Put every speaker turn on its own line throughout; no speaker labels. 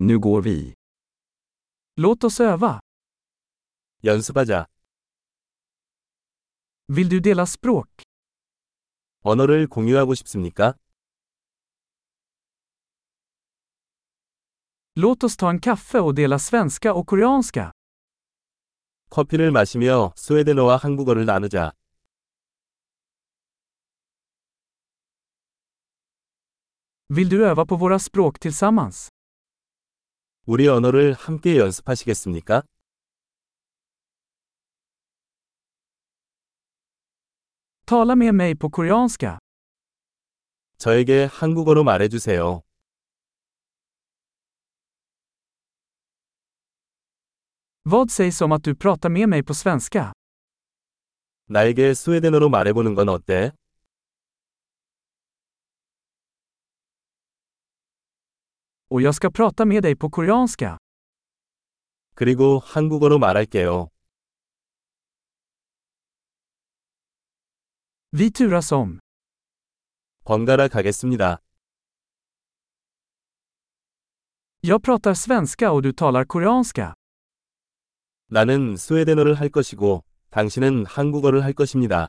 Nu går vi.
Låt oss öva.
연습하자.
Vill du dela språk?
언어를 공유하고 싶습니까?
Låt oss ta en kaffe och dela svenska och koreanska.
커피를 마시며 스웨덴어와 한국어를 나누자.
Vill du öva på våra språk tillsammans?
우리 언어를 함께 연습하시겠습니까?
Tala med mig på koreanska.
저에게 한국어로 말해주세요.
Vad sägs om att du pratar med mig på svenska?
나에게 스웨덴어로 말해보는 건 어때?
Och jag ska prata med dig på koreanska.
그리고 한국어로 말할게요.
Vi turas om.
번갈아 가겠습니다.
Jag pratar svenska och du talar koreanska.
나는 스웨덴어를 할 것이고, 당신은 한국어를 할 것입니다.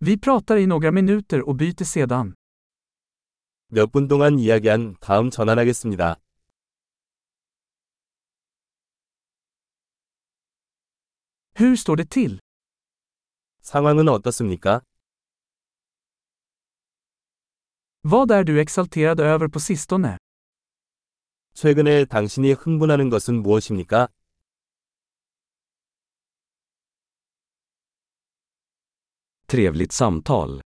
Vi pratar i några minuter och byter sedan.
몇 분 동안 이야기한 다음 전환하겠습니다.
Hur står det till?
상황은 어떻습니까?
Vad är du exalterad över på sistone?
최근에 당신이 흥분하는 것은 무엇입니까?
Trevligt samtal.